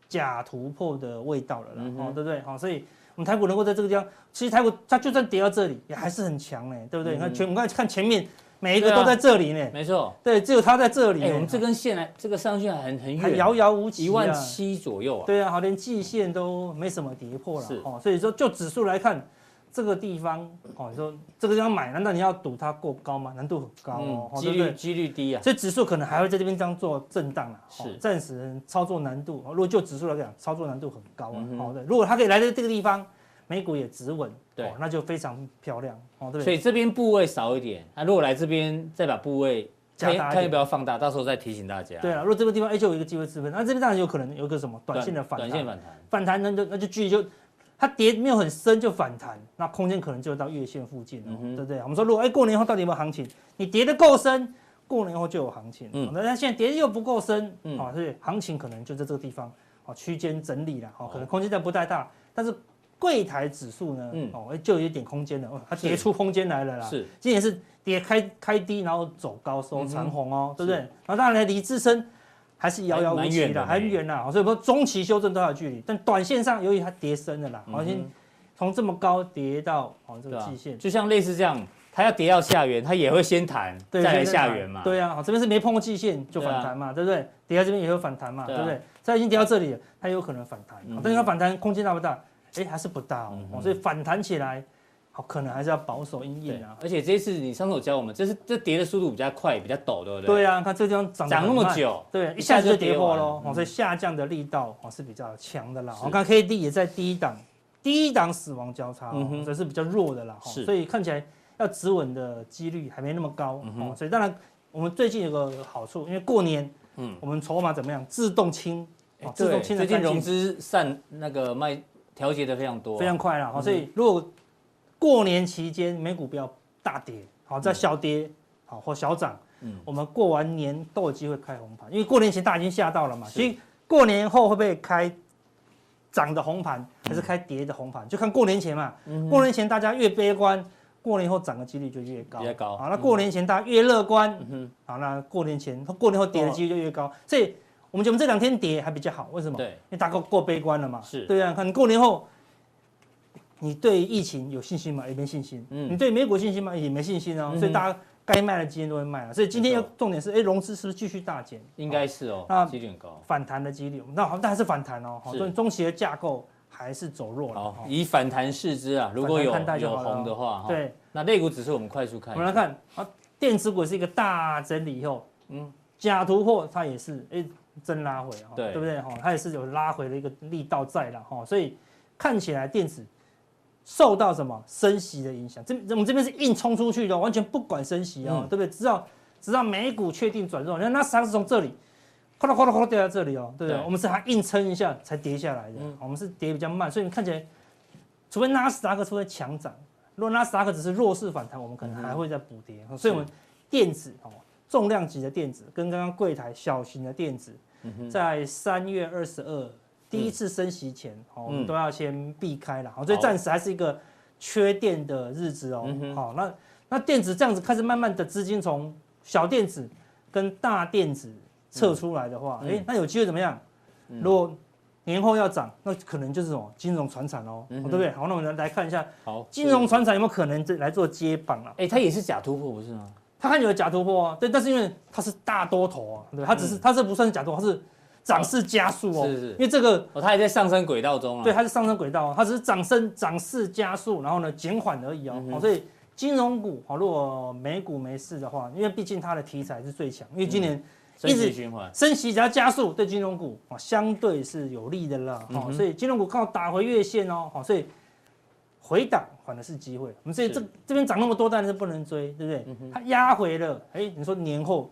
假突破的味道了啦，
嗯哼
哦，对不对？好、所以我们台股能够在这个地方，其实台股它就算跌到这里，也还是很强呢，对不
嗯
对？你看全，我们看看前面每一个
对啊
都在这里呢，
没错。
对，只有它在这里呢。
哎，我们这根线呢，这个上去还很很
还
远，
遥遥无期、啊，
哎一万七左右啊。
对啊，好，连季线都没什么跌破了
是
哦，所以说就指数来看，这个地方哦，你说这个地方买，难道你要赌它过高吗？难度很高
嗯，
哦，哦
几
对不
率
对？
几率低啊。
所以指数可能还会在这边这样做震荡啊，哦
是
暂时操作难度。哦如果就指数来讲，操作难度很高啊。
嗯哼
好的，如果它可以来到这个地方，美股也止稳，
对
哦，那就非常漂亮哦，对不
所
对？
以这边部位少一点，那如果来这边再把部位
加
看
大一点
看要不要放大，到时候再提醒大家。
对啊，如果这个地方哎就有一个机会自分，那这边当然有可能有一个什么短线的反弹，
短线反弹，
反弹那就那就距离就它跌没有很深就反弹，那空间可能就到月线附近了、
嗯哼
对不对？我们说如果哎、过年后到底有没有行情？你跌得够深，过年后就有行情。
嗯
嗯，那它现在跌得又不够深，
嗯
哦，所以行情可能就在这个地方哦区间整理了，哦，可能空间在不太大，但是柜台指数呢，
嗯
哦哎就有一点空间了，哦它
是
跌出空间来了啦。
是
今年是跌开开低，然后走高收长红哦，对不
嗯
对？
是
然后当然离支撑还是遥遥无期
还蛮远的
啦，
呢
还很远啦。所以说中期修正都还有距离，但短线上由于它跌深了啦，
嗯
好
哼
像从这么高跌到哦这
对
个
啊
季线，，
就像类似这样，它要跌到下缘，它也会先弹，再
对
来
现在
下
嘛
缘嘛。啊
对啊，好这边是没碰过季线就反弹嘛，对不对？跌到这边也有反弹嘛，
对
对
啊
不对？它已经跌到这里了，它有可能反弹哦
嗯，哼
但是它反弹空间大不大？哎，还是不大哦
嗯，哼
哦所以反弹起来，好可能还是要保守阴
对
影啊。
而且这一次你上次有教我们，这是这跌的速度比较快，比较陡，对不对？
对啊，看这个地方涨得
涨那
很
么
慢哦
久，
对，
一
一
下
下
就
子就跌
跌
破
完
喽、
嗯
哦，所以下降的力道哦是比较强的啦。
是
我看 K D 也在低档，低档死亡交叉、
嗯
哦
哼
这是比较弱的啦、哦
是
所以看起来要止稳的几率还没那么高、
嗯哼
哦。所以当然，我们最近有个好处，因为过年，
嗯
嗯，我们筹码怎么样，自动清，
哎
哦、自动
对
清
最
的
近
干
融
净
资散那个卖调节的非常多啊，
非常快啦。好、哦
嗯
所以如果过年期间美股不要大跌，好、在小跌，好、或小涨，
嗯
我们过完年都有机会开红盘，因为过年前大家已经吓到了嘛。
是
所以过年后会不会开涨的红盘，还是开跌的红盘，就看过年前嘛。
嗯嗯哼
过年前大家越悲观，过年后涨的几率就越高。啊
比较高
好，那过年前大家越乐观，
嗯哼哦
好，那过年前过年后跌的几率就越高。所以我们觉得我们这两天跌还比较好，为什么？
对
因为大家过悲观了嘛。
是
对啊，看你过年后，你对疫情有信心吗？也没信心。
嗯
你对美股信心吗？也没信心哦。
嗯哼
所以大家该卖的今天都会卖啊了。所以今天要
没错
重点是，哎，融资是不是继续大减？
应该是哦
那，
几率很高。
反弹的几率，那好，但还是反弹哦。好，
是
所以中期的架构还是走弱了。
好，
哦
以反弹视之啊，如果有
反弹看待就
有
好了哦
红的话，哈，
对，
那类股指数我们快速看，
我们来，看啊，电子股是一个大整理以后，
嗯
嗯，假突破它也是哎、真拉回哈，
对
对不对哈？它也是有拉回的一个力道在了哈，所以看起来电子受到什么升息的影响，这我们这边是硬冲出去的哦，完全不管升息哦，
嗯
对不对？直到直到美股确定转弱，你看那上是从这里。哗啦哗啦哗啦掉到这里哦，对不对？
对
我们是还硬撑一下才跌下来的，
嗯
我们是跌比较慢，所以你看起来，除非纳斯达克出现强涨，如果纳斯达克只是弱势反弹，我们可能
嗯哼
还会再补跌。所以，我们电子哦，重量级的电子跟刚刚柜台小型的电子，
嗯哼
在三月二十二第一次升息前，哦，我
嗯
们都要先避开了。好，哦所以暂时还是一个缺电的日子哦
嗯哼。
好，那那电子这样子开始慢慢的资金从小电子跟大电子撤出来的话，
嗯
诶，那有机会怎么样？
嗯
如果年后要涨，那可能就是什么金融船产哦，
嗯
哦
哼
对不对？好，那我们来看一下
好，
金融船产有没有可能这来做接棒啊？
哎，它也是假突破不是吗？
它看起来有假突破啊，对，但是因为它是大多头啊，对，它只是、它这不算是假突破，它是涨势加速哦，
嗯是是
因为这个
哦，它还在上升轨道中啊，
对，它是上升轨道，它只是涨升涨势加速，然后呢减缓而已哦。
嗯哼
好，所以金融股哦好，如果美股没事的话，因为毕竟它的题材是最强，因为今年
升
一直
息循环，
啊升息只要加速，对金融股啊相对是有利的啦。
嗯
好、
哼
所以金融股靠打回月线哦，好、所以回档反而是机会。我们这
是嗯
这这边涨那么多，但是不能追，对不对？它压回了，哎、你说年后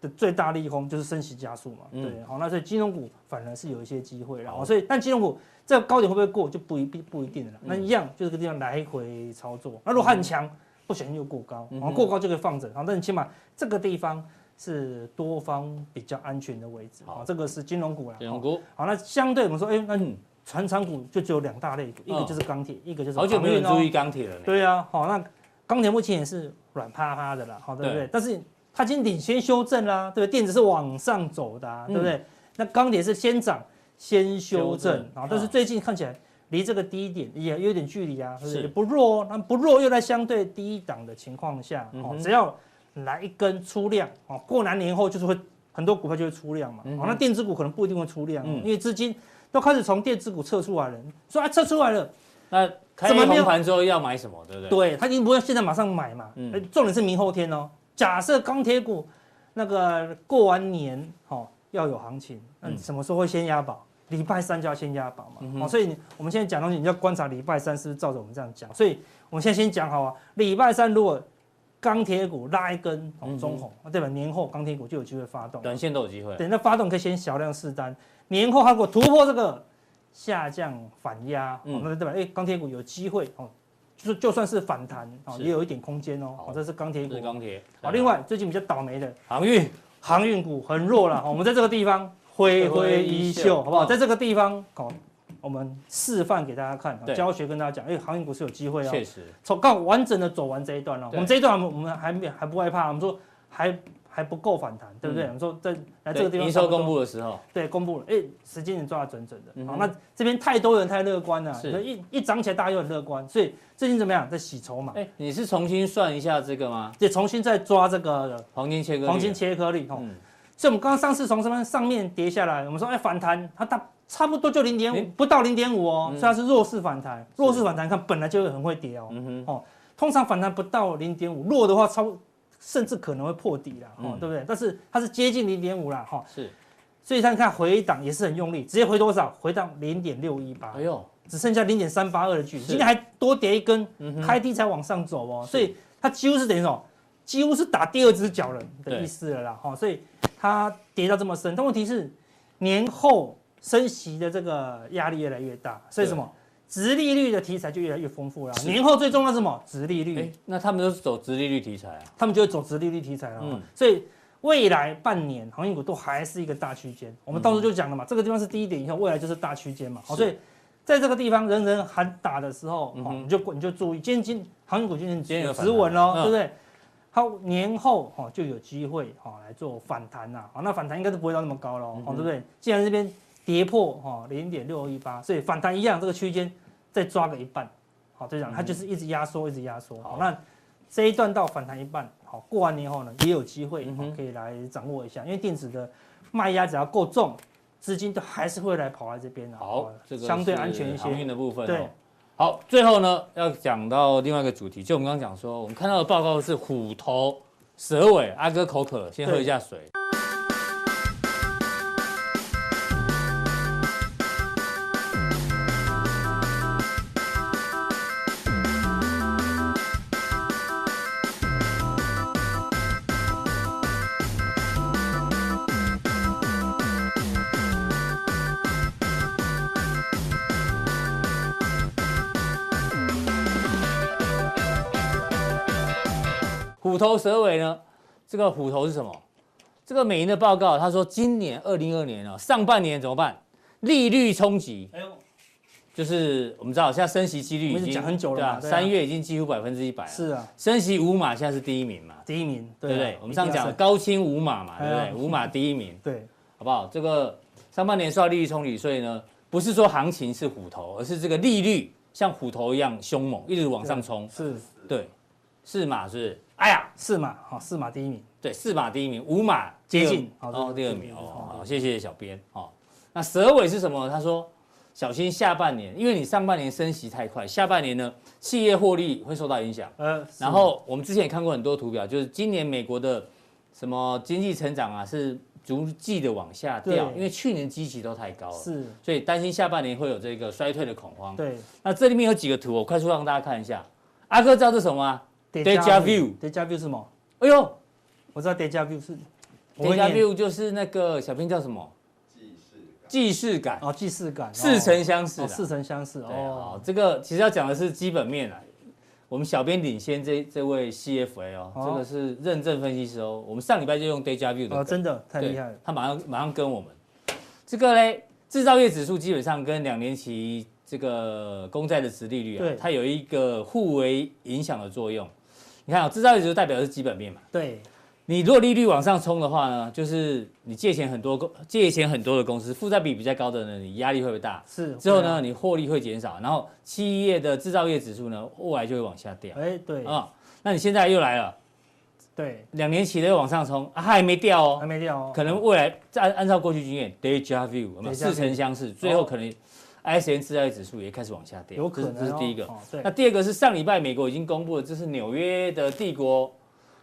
的最大利空就是升息加速嘛，
嗯
对，哦好，那所以金融股反而是有一些机会啦。
好
好所以但金融股这个高点会不会过就不一定不一定了啦。
嗯
那一样就是这个地方来回操作。那如果它很强，不小心又过高，
嗯
然
哼
哦后过高就可以放着，然后但你起码这个地方是多方比较安全的位置。
好
好，这个是金融股啦。
金融
哦。
股，
好，那相对我们说，哎，那
嗯，
船厂股就只有两大类股，一个就是钢铁，一个就是
好久
航
没有人
运哦
注意钢铁了呢。
对啊，好，那钢铁目前也是软趴趴的啦，好，对不对？
对
但是它今天领先修正啦，对不对？电子是往上走的、啊，
嗯
对不对？那钢铁是先涨先修
修
正
正
啊，但是最近看起来离这个低点也有点距离啊，对不
是
对？也不弱哦，那不弱又在相对低档的情况下，
嗯
哦
哼，
只要来一根出量哦，过完年后就是会很多股票就会出量嘛，
嗯
哦
哼，
那电子股可能不一定会出量哦，
嗯
因为资金都开始从电子股撤出来了，说啊撤出来了。
那开
怎么没有
红盘之后要买什么，对不对？
对，他一定不会现在马上买嘛。
嗯
呃重点是明后天哦。假设钢铁股那个过完年哦要有行情，那
嗯
你什么时候会先押宝？礼拜三就要先押宝嘛。
嗯哼
哦，所以你我们现在讲东西，你要观察礼拜三是不是照着我们这样讲。所以我们现在先讲好啊，礼拜三如果钢铁股拉一根
嗯
哦
哼
中红，对吧？年后钢铁股就有机会发动。
短线都有机会。
对，那发动可以先小量试单，年后它如果突破这个下降反压，哦
嗯
那对吧？哎，钢铁股有机会哦，就就算是反弹哦，
是
也有一点空间哦。
好
哦，这是钢铁
这
股
是。钢铁。
好，另外最近比较倒霉的
航运，
航运股很弱了，哦我们在这个地方挥挥衣袖，好不好？
嗯
在这个地方哦，我们示范给大家看，哦
对
教学跟大家讲，哎，航运股是有机会哦。
确实
从刚好完整的走完这一段了。
对
我们这一段我们我们还没还不害怕，我们说还还不够反弹，对不对？
嗯
我们说在来这
对
个地方
营
差
收
不多
公布的时候，
对，公布了，哎，时间也抓得准准的。
嗯哼
好，那这边太多人太乐观了，
是
所以一一涨起来大家又很乐观，所以最近怎么样在洗筹码，
哎，你是重新算一下这个吗？
也重新再抓这个
黄金切割率，啊
黄金切割率哦。
嗯，
所以我们刚刚上次从什么上面跌下来，我们说哎反弹，它大差不多就零点
哎
五，不到零点五哦，
嗯
所以它是弱势反弹，弱势反弹看本来就很会跌哦，
嗯哼，
通常反弹不到零点五，弱的话超甚至可能会破底啦，哦
嗯，
对不对？但是它是接近零点五啦，哦哈，
是，
所以它你看回档也是很用力，直接回多少？回到零点六一八
哎，呦，
只剩下零点三八二的距离，
是
今天还多跌一根，
嗯哼，
开低才往上走哦，
是
所以它几乎是等于什么？几乎是打第二只脚了的
对
意思了啦，哈，所以它跌到这么深，但问题是年后升息的这个压力越来越大，所以
对
什么？殖利率的题材就越来越丰富了。年后最重要是什么？殖利率
哎，，那他们都是走直利率题材啊，
他们就会走直利率题材了、啊
嗯
所以未来半年航运股都还是一个大区间。我们到时候就讲了嘛，这个地方是低点以后，未来就是大区间嘛。
嗯
好，哦
是
所以在这个地方人人喊打的时候，
嗯
哦
哼
你就你就注意，今天今航运股今
今天
天
有
有
反
止稳喽，
弹嗯
对不对？好，年后哦就有机会哦来做反弹呐、好，那反弹应该是不会到那么高喽，
嗯
哦，
哼
对不对？既然这边跌破哦零点六一八，所以反弹一样这个区间再抓个一半，好，就这样，它
嗯
就是一直压缩，一直压缩。
好
好，那这一段到反弹一半，好，过完年后呢，也有机会、
嗯
好
哼
可以来掌握一下，因为电子的卖压只要够重，资金都还是会来跑来这边的，
好，这个
相对
是
安全一
航运
些。
的部分，哦
对。
好，最后呢，要讲到另外一个主题，就我们刚刚讲说，我们看到的报告是虎头蛇尾，阿哥口渴了，先喝一下水。虎头蛇尾呢？这个虎头是什么？这个美银的报告，他说今年二零二年啊，上半年怎么办？利率冲击
哎呦，
就是我们知道现在升息几率
我
已
们已经
经
讲很久了
对啊
嘛对啊
三月已经几乎百分之一百了。
是啊，
升息五码，现在是第一名嘛，
第一名，
对不
啊
对？我们上次讲
一
的
定要
高清五码嘛，对
哎
不
呀
对？五码第一名，
对，
好不好？这个上半年受到利率冲击，所以呢，不是说行情是虎头，而是这个利率像虎头一样凶猛，一直往上冲。
是
对，四码是不是哎呀，
四码，好，四码第一名，
对，四码第一名，五码
接
第二
近
名
好
哦，
这
第二
个这个
名
这个
哦
好，
好，谢谢小编哦。那蛇尾是什么呢？他说小心下半年，因为你上半年升息太快，下半年呢企业获利会受到影响。
呃，
然后我们之前也看过很多图表，就是今年美国的什么经济成长啊是逐季的往下掉，
对
因为去年基期都太高了，
是，
所以担心下半年会有这个衰退的恐慌。
对
那这里面有几个图，我快速让大家看一下。阿哥知道这是什么吗？Deja vu
vu，deja vu 是什么？
哎呦
我知道 deja vu 是，我会
，deja
念
vu 就是那个小编叫什么？既视感，
哦，既视感，
似
哦
曾相识啊。
哦似曾相识
对，好
哦，，
这个其实要讲的是基本面啊。我我们小编领先这这位 CFA 哦，
哦
这个是认证分析师哦。我们上礼拜就用 Deja View 的梗、
哦，真的太
对，
厉害了，
他马上马上跟我们。这个嘞，制造业指数基本上跟两年期这个公债的值利率啊
对，
它有一个互为影响的作用。你看啊、制造业指数代表的是基本面嘛，
对，
你如果利率往上冲的话呢，就是你借钱很多公借钱很多的公司，负债比比较高的呢，你压力会不会大？
是。
之后
会
呢，？
啊
你获利会减少，然后企业的制造业指数呢，后来就会往下掉啊、
哎，对，
那你现在又来了，
对，
两年期的又往上冲，啊、它还没掉哦
还，没掉哦，
可能未来按按照过去经验，deja vu 有没有
Deja vu 哦
似曾相识，最后可能 S N 制造业指数也开始往下掉，
有可能
这是这
哦
是第一个
哦。对
那第二个是上礼拜美国已经公布了，这是纽约的帝国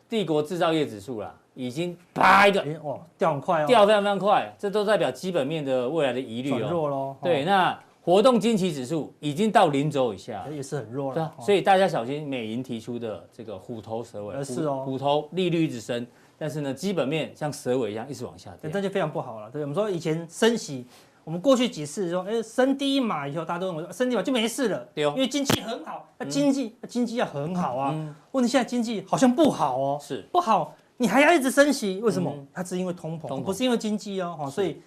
帝国制造业指数啦，已经啪一个
哎哦，掉很快哦，
掉非常非常快，这都代表基本面的未来的疑虑
转
哦。
弱喽，
对，
哦，
那活动经期指数已经到零轴以下
哎，也是很弱
对
了
啊，，
哦
所以大家小心美银提出的这个虎头蛇尾，
呃
虎
是哦
虎头利率一直升，但是呢，基本面像蛇尾一样一直往下
对
掉。
这就非常不好了。对，我们说以前升息，我们过去几次说，哎，升第一码以后，大家都认为说啊升第一码就没事了，
对哦
因为经济很好，那经济那经济要很好
嗯
啊。问题现在经济好像不好哦，
是
不好，你还要一直升息，为什么
嗯？
它是因为通
通膨
膨，不是因为经济哦，哦所以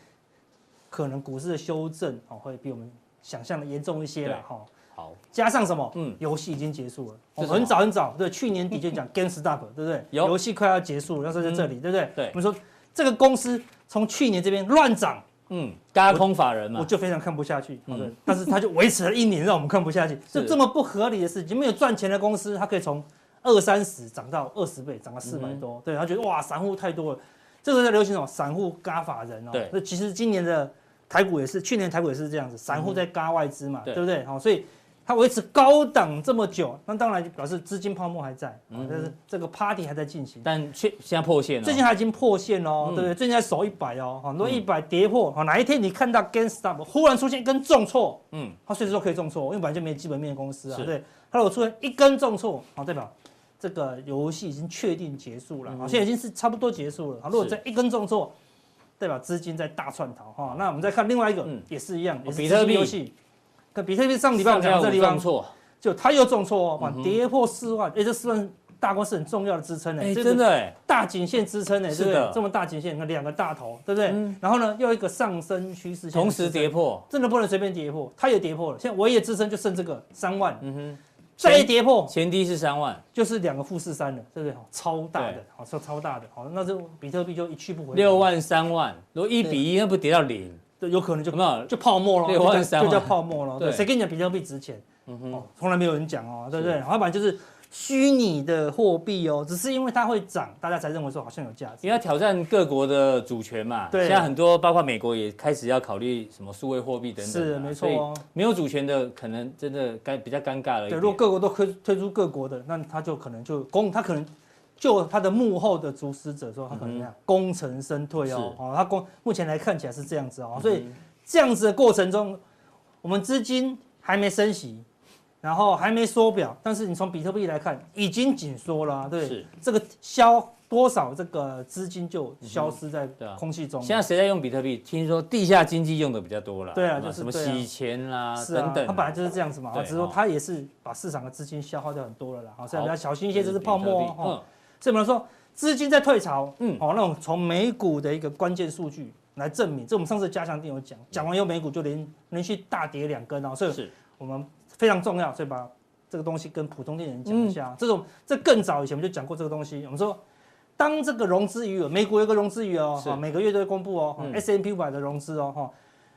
可能股市的修正哦会比我们想象的严重一些了
对
哈。哦
好，
加上什么？
嗯
嗯，游戏已经结束了，
这是
哦
什么
很早很早，对，去年底 就讲 GameStop，对不对？
有嗯
游戏快要结束了，那时候在这里，对不对？
对
我们说这个公司从去年这边乱涨，
嗯，嘎空法人
我
嘛，
就非常看不下去，
嗯
对。但是它就维持了一年，让我们看不 下去，
是
就这么不合理的事情，没有赚钱的公司，它可以从二三十涨到二十倍，涨到四百
嗯
多，对，他觉得哇，散户太多了，这个在流行什么？散户嘎法人哦，
对
那其实今年的台股也是，去年台股也是这样子，散户在嘎外资嘛，
对
对不对？好、所以它维持高档这么久，那当然就表示资金泡沫还在，哦
嗯
但是这个 party 还在进行。
但却现在破线了。
最近它已经破线哦，
嗯
对不对？最近在守一百哦，很多一百跌破，好、哪一天你看到 GameStop 忽然出现一根重挫，
嗯，
它随时都可以重挫，因为本来就没基本面的公司啊
是，
对。它如果出现一根重挫，好、代表这个游戏已经确定结束了，好、哦现在已经是差不多结束了。哦好，如
嗯
果
是
再一根重挫，代表资金在大窜逃哈、那我们再看另外一个，
嗯
也是一样，也是
比
资
特
金
币
游戏。看比特币上礼拜我
上
们讲
下
到这
五
地方
重，挫，嗯
就它又重挫哦，哇跌破四万，哎、这四万大关是很重要的支撑呢、
哎，
这个
真的哎，
大颈线支撑呢、欸
是
对不
的
对？这么大颈线，你看两个大头，对不对？
嗯
然后呢，又一个上升趋势线，
同时跌，破，
真的不能随便跌破，它也跌破了。现在唯一的支撑就剩这个三万，
嗯哼，
再一跌破
前低是三万，
就是两个负四三了，对不对？哦超大
对
的，好，超超大的，好，那这比特币就一去不回，
六，万三万，如果一比一，那不跌到零，
对，有可能就
有没有？
就泡沫了，
6万
就叫
3万
就叫泡沫了。
对嗯
对，谁跟你讲比特币值钱？哦，从来没有人讲哦，对不对？
是
要不然就是虚拟的货币哦，只是因为它会涨，大家才认为说好像有价值
因为。要挑战各国的主权嘛，
对
现在很多包括美国也开始要考虑什么数位货币等等的啊，
是没
所
错
以
哦
没有主权的可能真的尴比较尴尬了一
对，
点。
如果各国都推推出各国的，那他就可能就攻，他可能就他的幕后的主使者说，他可能这样功成身退
嗯
哦，
是嗯
哦，他功目前来看起来是这样子哦，所以这样子的过程中，我们资金还没升息，然后还没缩表，但是你从比特币来看，已经紧缩了啊、对，
是
这个消多少这个资金就消失在
对啊
空气中了，
现在谁在用比特币？听说地下经济用的比较多了，
对啊
有没有
就是
什么
对啊
洗钱啦
是啊
等，等，
它本来就是这样子嘛，
对
只是说
哦
它也是把市场的资金消耗掉很多了啦，哦好所以
好
你要小心一
这
些，这
是
是
比
泡
特
沫
币
哦。哦所以我们说资金在退潮，
嗯
嗯，哦，那种从美股的一个关键数据来证明，这我们上次加强定有讲，讲完以后美股就连连续大跌两根哦，所
嗯，
以
是
我们非常重要，所以把这个东西跟普通店人讲一
嗯
下。这种这更早以前我们就讲过这个东西，我们说。当这个融资余额，美国有个融资余额哦
是
哦，每个月都会公布哦
嗯
，S M P 五百的融资哦，哈，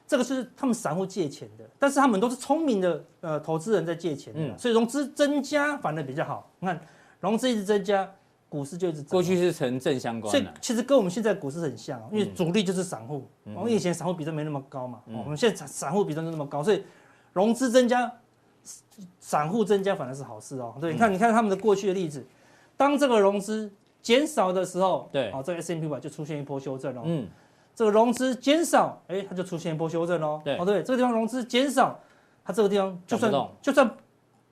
这个是他们散户借钱的，但是他们都是聪明的呃投资人在借钱的啦，
嗯
所以融资增加反而比较好。你看融资一直增加，股市就一直涨
过去是呈正相
所
关
以
的，
其实跟我们现在股市很像，因为主力就是散户，哦
嗯
我们以前散户比重没那么高嘛，哦我们现在散散户比重就那么高，所以融资增加，散户增加反而是好事哦。对，你
嗯
看，你看他们的过去的例子，当这个融资减少的时候，
对
哦，这个 S M P 五就出现一波修正哦。
嗯，
这个融资减少，哎，它就出现一波修正哦。
对
哦对，这个地方融资减少，它这个地方就算
涨不动嗯
就算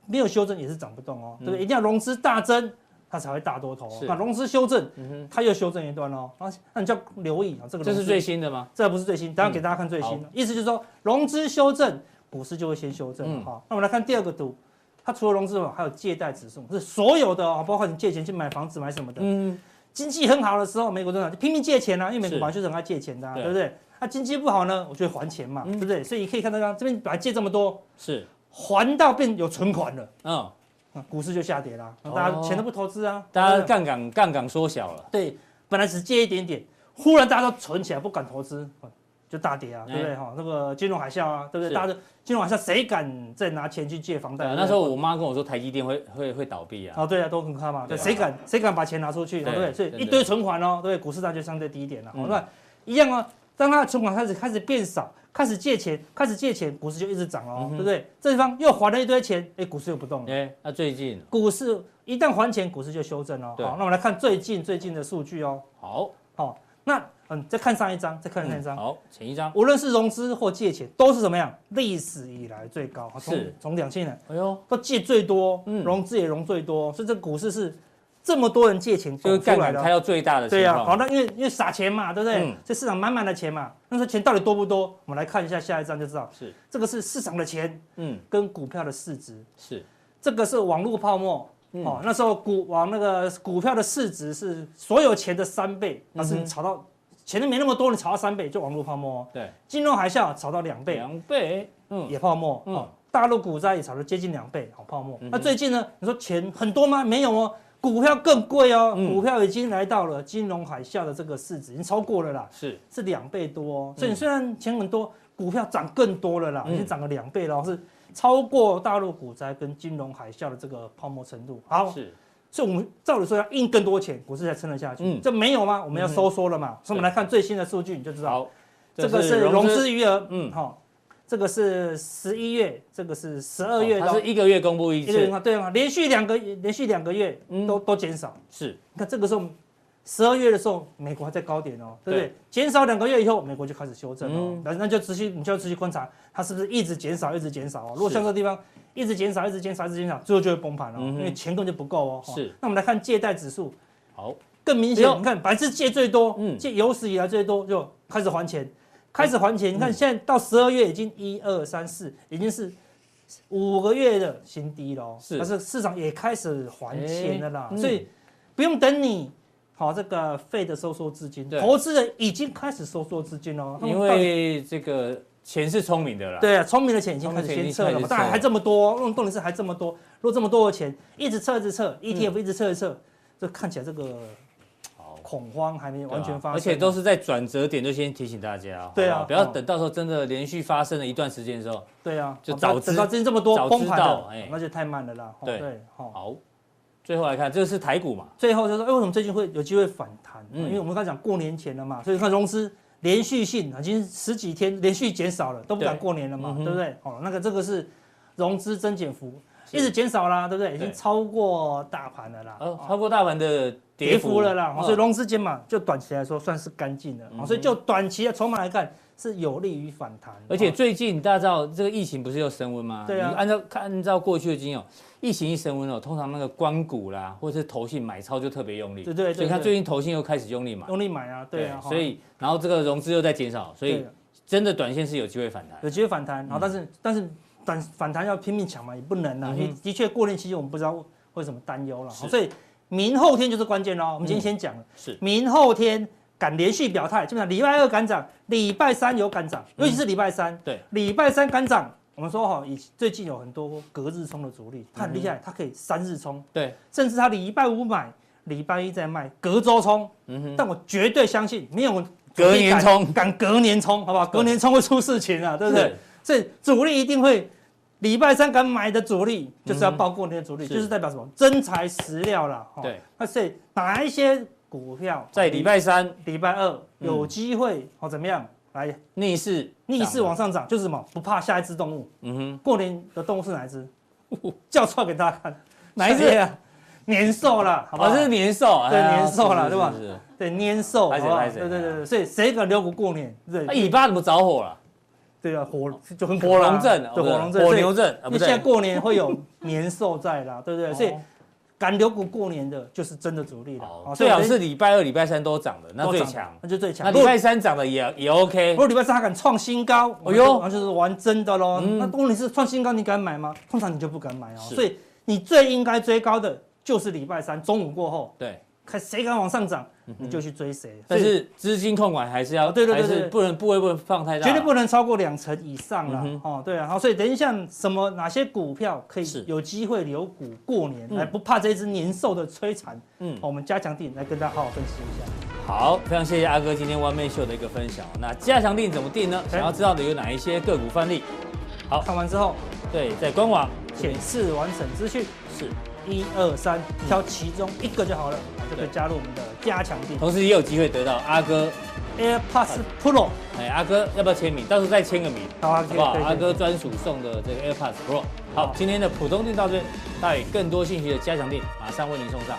没有修正也是涨不动哦，对不对？一定要融资大增，它才会大多头哦、
是
那融资修正，
嗯哼
它又修正一段哦。然后那你就要留意啊，这个
这
融
是
资
最，新的吗？
这还不是最
嗯
新，等下给大家看最新的、意思就是说融资修正，股市就会先修正哈、
嗯
那我们来看第二个图，它除了融资网，还有借贷指数，是所有的哦，包括你借钱去买房子、买什么的。
嗯，
经济很好的时候，美国政府就拼命借钱啊，因为美国
是嗯
本来就是很爱借钱的、啊，
对
对不对？那、经济不好呢，我就会还钱嘛，对不对？所以可以看到，这边本来借这么多，
是，
还到变有存款了，
嗯，
啊股市就下跌啦，那大家
哦
钱都不投资啊，
大
对
家
不对
杠杆杠杆缩小了，
对，本来只借一点点，忽然大家都存起来，不敢投资，哦就大跌啊，
哎
对不对？哈，那个金融海啸啊，对不
是
对？大家都金融海啸，谁敢再拿钱去借房贷
对啊，？
对不对
那时候我妈跟我说台积电会会会倒闭啊，
啊，对啊，都很可怕嘛。
对
对，
啊
谁敢谁敢把钱拿出去，哦
对
对不对？所以
真的
一堆存款哦，对不对，股市上就相对低一点了。好
嗯，
那一样哦，当他的存款开始开始变少，开始借钱，开始借钱，股市就一直涨
嗯
哦
哼，
对不对？这地方又还了一堆钱，哎，股市又不动了。
哎，那最近
股市一旦还钱，股市就修正哦。
对
好，那我们来看最近最近的数据哦。
好，
好，那嗯，再看上一张，再看上一张
嗯。好，前一张，
无论是融资或借钱，都是怎么样？历史以来最高，好从
是
从两千年
哎呦，
都借最多，
嗯
融资也融最多，所以这个股市是这么多人借钱
就是
拱出
杠
来
杆
的
开
哦。
到最大的情
对呀、啊，好，
况，
那因为因为撒钱嘛，对不对？
嗯
所以市场满满的钱嘛，那时候钱到底多不多？我们来看一下下一张就知道，
是，
这个是市场的钱
嗯，
跟股票的市值，
是，
这个是网络泡沫。
嗯
哦，那时候股往那个股票的市值是所有钱的三倍，但是
嗯
你
哼
炒到钱都没那么多，你炒到三倍就网络泡沫、哦。
对，
金融海啸炒到两倍，
两倍，嗯，
也泡沫，
嗯
哦，大陆股灾也炒了接近两倍，好泡沫
嗯哼。
那最近呢？你说钱很多吗？没有哦，股票更贵哦，
嗯
股票已经来到了金融海啸的这个市值，已经超过了啦，
是，
是两倍多哦。所
嗯
以你虽然钱很多，股票涨更多了啦，
嗯
已经涨了两倍了哦，是超过大陆股灾跟金融海啸的这个泡沫程度。好，
是，
所以我们照理说要印更多钱，股市才撑得下去
嗯。
这没有吗？我们要
嗯哼
收缩了嘛？所以我们来看最新的数据，你就知道。
好，
这个是融资余额，
嗯
嗯，好，这个是十一月，这个是十二
哦
月
它
到
是一个月公布一
一个月
次，，
对啊，连续两个连续两个月
嗯
都都减少。
是，
你看这个时候，十二月的时候，美国还在高点哦，对不对？减少两个月以后，美国就开始修正哦
嗯，
那那就持续，你就要持续观察它是不是一直减少，一直减少哦。如果
是
像这个地方一直减少，一直减少，一直减少，最后就会崩盘哦，
嗯哼
因为钱根本就不够哦。哦
是
那我们来看借贷指数，
好，
更明
哎呦
显，你看白痴借最多，
嗯哎
借有史以来最多，就开始还钱，开始
嗯
还钱。你看现在到十二月已经一二三四，已经是五个月的新低了哦，
是
但是市场也开始还钱了啦
哎，嗯
所以不用等你。好，这个费的收缩资金，
对
投资人已经开始收缩资金了，他们
因
到底
为这个钱是聪明的啦，，
对啊，聪明的钱已经开始
聪明的钱已经
先撤了
开始撤
嘛，但还这么多，那种动力是还这么多，如果这么多的钱一直撤一直撤，ETF
嗯
一直撤一直撤，这看起来这个
好。
恐慌还没完全发生啊，
而且都是在转折点，就先提醒大家，好不好
对啊
不要
哦
等到时候真的连续发生了一段时间的时候，
对啊，
就
哦
早
那
知
等到资金这么多
早知
崩盘
道
了
哎，
那就太慢了啦。哦
对
对，好，
好，最后来看，这是台股嘛，
最后就是哎为什么最近会有机会反弹？
嗯
因为我们刚才讲过年前了嘛，所以看融资连续性啊已经十几天连续减少了，都不敢
对
过年了嘛
嗯，哼
对不对？哦，那个这个是融资增减幅
是
一直减少啦，对不对？已经
对
超过大盘了啦。
呃，
哦
超过大盘的
跌
跌
幅
幅
了啦，
嗯
哦所以融资减嘛，就短期来说算是干净的，哦所以就短期的筹码来看是有利于反弹，
而且
哦
最近大家知道这个疫情不是又升温吗？
对啊
你按照看按照过去的经验哦，疫情一升温哦，通常那个关谷啦，或者是投信买超就特别用力。
对对对
所以你看
对
最近投信又开始用力买。
用力买啊，对啊，哦
所以然后这个融资又在减少，所
对
以
啊
真的短线是有机会反弹。
有机会反弹，
嗯
好，但是但是反反弹要拼命抢嘛，也不能啊啦，因为的确过年期间我们不知道会有什么担忧
嗯
了，
是嗯
所以明后天就是关键喽。我们今天先讲了，
是
明后天敢连续表态，基本上礼拜二敢涨，礼拜三有敢涨，尤其是礼拜三，
嗯对，
礼拜三敢涨。我们说哈，以最近有很多隔日冲的主力，它很厉
嗯
害，它可以三日冲，
对，
甚至它礼拜五买，礼拜一再卖，隔周冲。
嗯哼，
但我绝对相信，没有
隔年冲嗯
敢敢隔年冲，好不好？隔年冲会出事情啊，对不对？所以主力一定会礼拜三敢买的主力，就是要报过年的主力，
是
就是代表什么真材实料啦。哦
嗯对，
那所以哪一些股票
在礼拜嗯三
礼拜二有机会哦怎么样来
逆势
逆势
涨
往上涨，就是什么不怕下一只动物。
嗯哼，
过年的动物是哪 一只？叫出来给大家看，
哪一只
啊？年兽啦，好不好？
哦，这是年兽，
对
哎呀
年兽啦
是是
对吧
是是
对年兽，
拍
好
谁
不好
拍
对
谁啊
对对对，所以谁敢留股过年？对
那，啊尾巴怎么着火了？
对啊，哎火就很可
哦火
怕
龙阵，
对
哦
火龙阵，
火
所以
牛阵，啊不
因
哦
为现在
对，
过年会有年兽在啦，对不对？所以赶牛股过年的就是真的主力了。
哦，最
所以我
好
觉得
是礼拜二、礼拜三都涨的，那
都
最
涨
强。
那就最强。
那
如
礼
果
拜三涨的也也 OK
如。果礼拜三它敢创新高，
哎
哎
呦
呦，那就是玩真的喽。
嗯
那问题是创新高你敢买吗？通常你就不敢买哦。
是
所以你最应该追高的就是礼拜三中午过后，
对，
看谁敢往上涨，你就去追谁。
嗯但
所以
是资金控管还是要，
哦对对
还
对
是
对
不能部位不能放太大，
绝对不能超过两成以上啦
嗯。
哦，对啊，好，所以等一下什么哪些股票可
是
以有机会留股过年，
嗯
来不怕这只年兽的摧残。
嗯
嗯，我们加强定来跟大家好好分析一下。
好，非常谢谢阿哥今天 One Man Show 的一个分享。那加强定怎么定呢？
哎
想要知道的有哪一些个股范例？好
看完之后
对，在官网
显示完整资讯。
是，
一二三，
嗯
挑其中一个就好了，啊就可以加入我们的加强定
同时也有机会得到阿哥，
AirPods Pro。
哎，阿哥要不要签名？到时候再签个名，
好啊
好不好？
可以可以
阿哥专属送的这个 AirPods Pro。好
好，
今天的普通定到这边，带更多信息的加强定马上为您送上。